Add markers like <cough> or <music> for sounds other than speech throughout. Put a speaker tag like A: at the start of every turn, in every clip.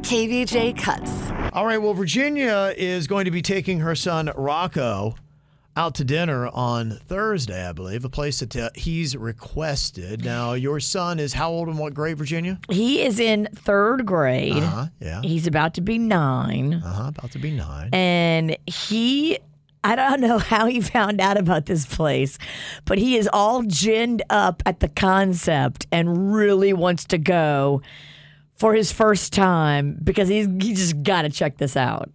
A: KVJ Cuts.
B: All right. Well, Virginia is going to be taking her son Rocco out to dinner on Thursday, I believe, a place that uh, he's requested. Now, your son is how old and what grade,
C: <coughs>
B: Virginia?
C: He is in third grade.
B: Uh-huh, yeah.
C: He's about to be nine.
B: Uh huh. About to be nine.
C: And he, I don't know <laughs> how he found out about this place, but he is all ginned up at the concept and really wants to go for his first time because he's, he just got to check this out.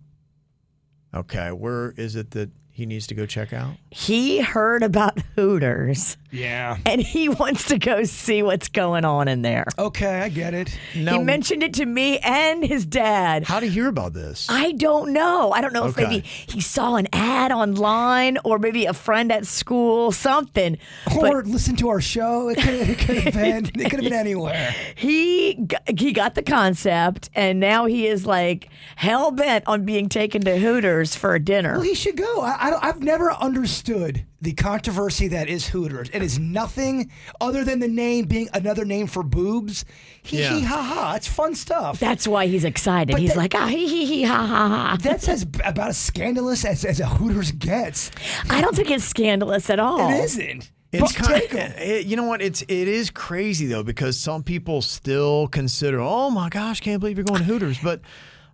B: Okay. Where is it that he needs to go check out?
C: He heard about <laughs> Hooters
D: Yeah.
C: and he wants to go see what's going on in there.
D: Okay, I get it.
B: No.
C: He mentioned it to me and his dad.
B: how do you hear about this?
C: I don't know. I don't know
B: Okay.
C: if maybe he saw an ad online or maybe a friend at school, something.
D: Or listen to our show. It could, it could have been. It could have been anywhere.
C: He g- he got the concept, and now he is like hell bent on being taken to Hooters for a dinner.
D: <laughs> Well, he should go. I, I don't, I've never understood the controversy that is Hooters. It is nothing other than the name being another name for boobs. Hee
B: Yeah.
D: hee ha ha. It's fun stuff.
C: That's why he's excited.
D: But
C: he's
D: that-
C: like, ah, hee hee hee, ha ha ha.
D: That's as b- about as scandalous as, as a Hooters gets.
C: I don't think it's scandalous at all.
D: It isn't.
B: It's
D: But
B: kind
D: take 'em.
B: it, you know what? It's it is crazy though because some people still consider, oh my gosh, can't believe you're going to Hooters. But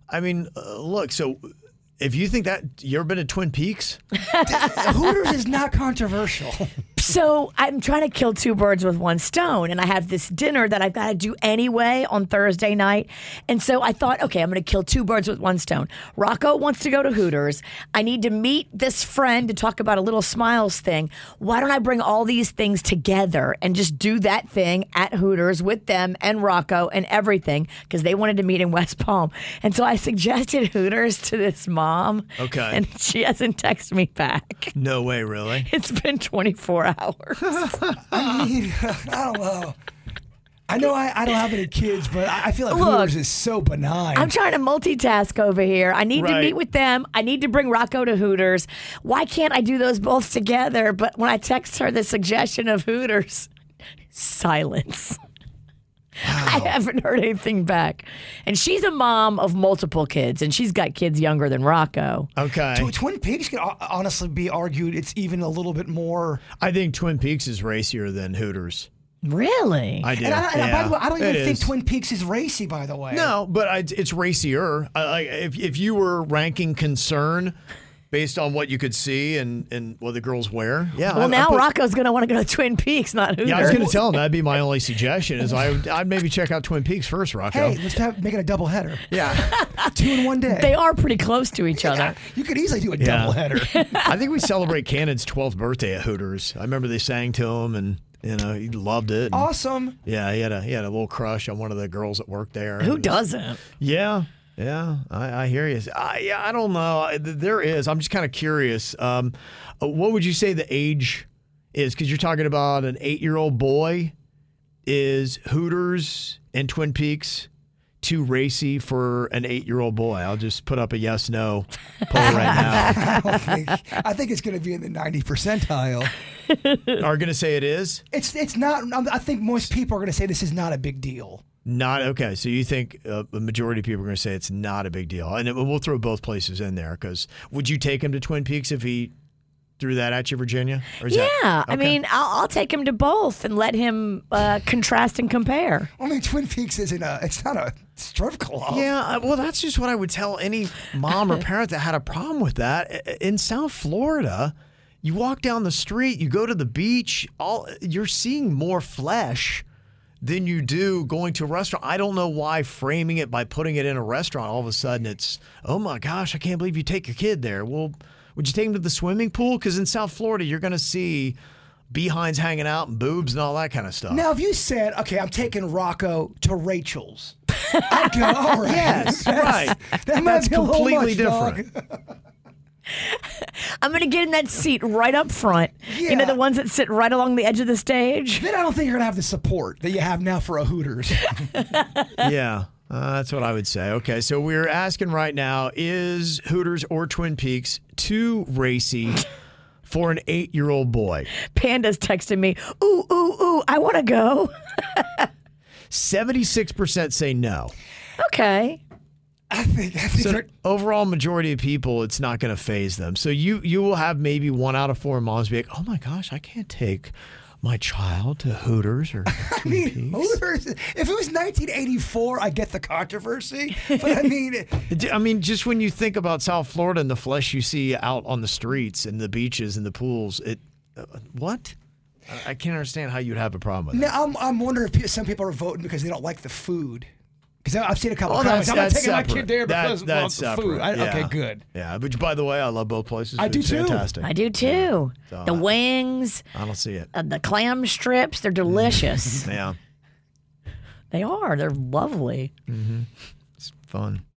B: I mean, uh, look, so if you think that you ever been to Twin Peaks,
D: Hooters is
B: <laughs>
D: not controversial.
C: So I'm trying to kill two birds with one stone, and I have this dinner that I've got to do anyway on Thursday night. And so I thought, okay, I'm going to kill two birds with one stone. Rocco wants to go to Hooters. I need to meet this friend to talk about a little smiles thing. Why don't I bring all these things together and just do that thing at Hooters with them and Rocco and everything because they wanted to meet in West Palm. And so I suggested Hooters to this mom.
B: Okay.
C: And she hasn't texted me back. <laughs>
B: no way, really.
C: It's been 24 hours.
D: I mean, <laughs> I don't know. I know I, I don't have any kids, but I, I feel like
C: Look,
D: Hooters is so benign.
C: I'm trying to multitask over here. I need to
B: Right.
C: meet with them. I need to bring Rocco to Hooters. Why can't I do those both together? But when I text her the suggestion of Hooters, silence. I haven't heard anything back. And she's a mom of multiple kids, and she's got kids younger than Rocco.
B: Okay,
D: Tw- Twin Peaks could ho- honestly be argued it's even a little bit more.
B: I think Twin Peaks is racier than Hooters.
C: Really?
B: I do.
D: And, I, and I-
B: yeah.
D: by the way, I don't even
B: It
D: think
B: is.
D: Twin Peaks is racy. By the way,
B: No, but I, it's racier. I, I, if if you were ranking concern based on what you could see and and what the girls wear, yeah. I- I
C: well, now
B: put-
C: Rocco's going to want to go to Twin Peaks, not Hooters.
B: Yeah, I was going to tell him that'd be my only suggestion is I would, I'd maybe check out Twin Peaks first, Rocco.
D: Hey, let's have, make it a double header. <laughs>
B: Yeah,
D: Two in one day.
C: they are pretty close to each other.
D: Yeah, you could easily do a
B: Yeah. <laughs>
D: double header.
B: I think we celebrate Cannon's 12th birthday at Hooters. I remember they sang to him, and you know he loved it. and-
D: awesome. <laughs>
B: Yeah, he had a he had a little crush on one of the girls that worked there.
C: Who doesn't?
B: Yeah, yeah, I, I hear you. I yeah, I don't know. I- th- There is. I'm just kind of curious. Um, uh, what would you say the age is? Because you're talking about an eight year old boy. Is Hooters and Twin Peaks too racy for an eight year old boy? I'll just put up a yes no poll right
D: I, don't think, I think it's going to be in the 90 percentile.
B: now. Are going to say it is
D: It's it's not. I'm- I think most people are going to say this is not a big deal.
B: not okay. So you think uh, a majority of people are going to say it's not a big deal, and it- we'll throw both places in there. Because would you take him to Twin Peaks if he? Threw that at you, Virginia? Or is
C: Yeah,
B: that-
C: I
B: Okay.
C: mean, I'll, I'll take him to both and let him uh, contrast and compare.
D: I mean, Twin Peaks isn't a. It's not a strip club.
B: Yeah, I- well, that's just what I would tell any mom or parent that had a problem with that. I- I- In South Florida, you walk down the street, you go to the beach, all you're seeing more flesh than you do going to a restaurant. I don't know why framing it by putting it in a restaurant all of a sudden it's, oh my gosh, I can't believe you take your kid there. Well, would you take him to the swimming pool? Because in South Florida, you're going to see behinds hanging out and boobs and all that kind of stuff.
D: Now, if you said, okay, I'm taking Rocco to Rachel's, I'd go, all right.
B: Yes, <laughs> right.
D: That might
B: That's
D: be a little
B: completely
D: much, dog.
B: different.
C: I'm going to get in that seat right up front. You know,
D: Yeah.
C: the ones that sit right along the edge of the stage? <laughs>
D: <laughs> Then I don't think you're going to have the support that you have now for a Hooters. <laughs>
B: yeah, uh, that's what I would say. Okay, so we're asking right now is Hooters or Twin Peaks too racy for an eight year old boy?
C: Panda's texting me, ooh, ooh, ooh, I want to go. <laughs>
B: 76% say no.
C: Okay.
D: I think, I think
B: So
D: they're-
B: overall majority of people, it's not going to phase them. So you you will have maybe one out of four moms be like, "Oh my gosh, I can't take my child to Hooters or
D: I mean, Hooters. If it was 1984, I get the controversy. But
B: <laughs>
D: I mean,
B: D- I mean, just when you think about South Florida and the flesh you see out on the streets and the beaches and the pools, it uh, what? I, I can't understand how you'd have a problem with that.
D: now I'm, I'm wondering if pe- some people are voting because they don't like the food. Because I've seen a couple
B: Oh,
D: of comments.
B: that's,
D: I'm not
B: that's
D: taking
B: separate.
D: my kid there
B: That-
D: because of
B: that's
D: the
B: separate.
D: food. I,
B: yeah.
D: Okay, good.
B: Yeah, which by the way, I love both places.
D: I do
B: Food's
D: too.
B: Fantastic.
C: I do too. the wings,
B: I don't see it.
C: uh, the clam strips, they're
B: <laughs>
C: delicious.
B: Yeah,
C: they are. They're lovely.
B: it's fun.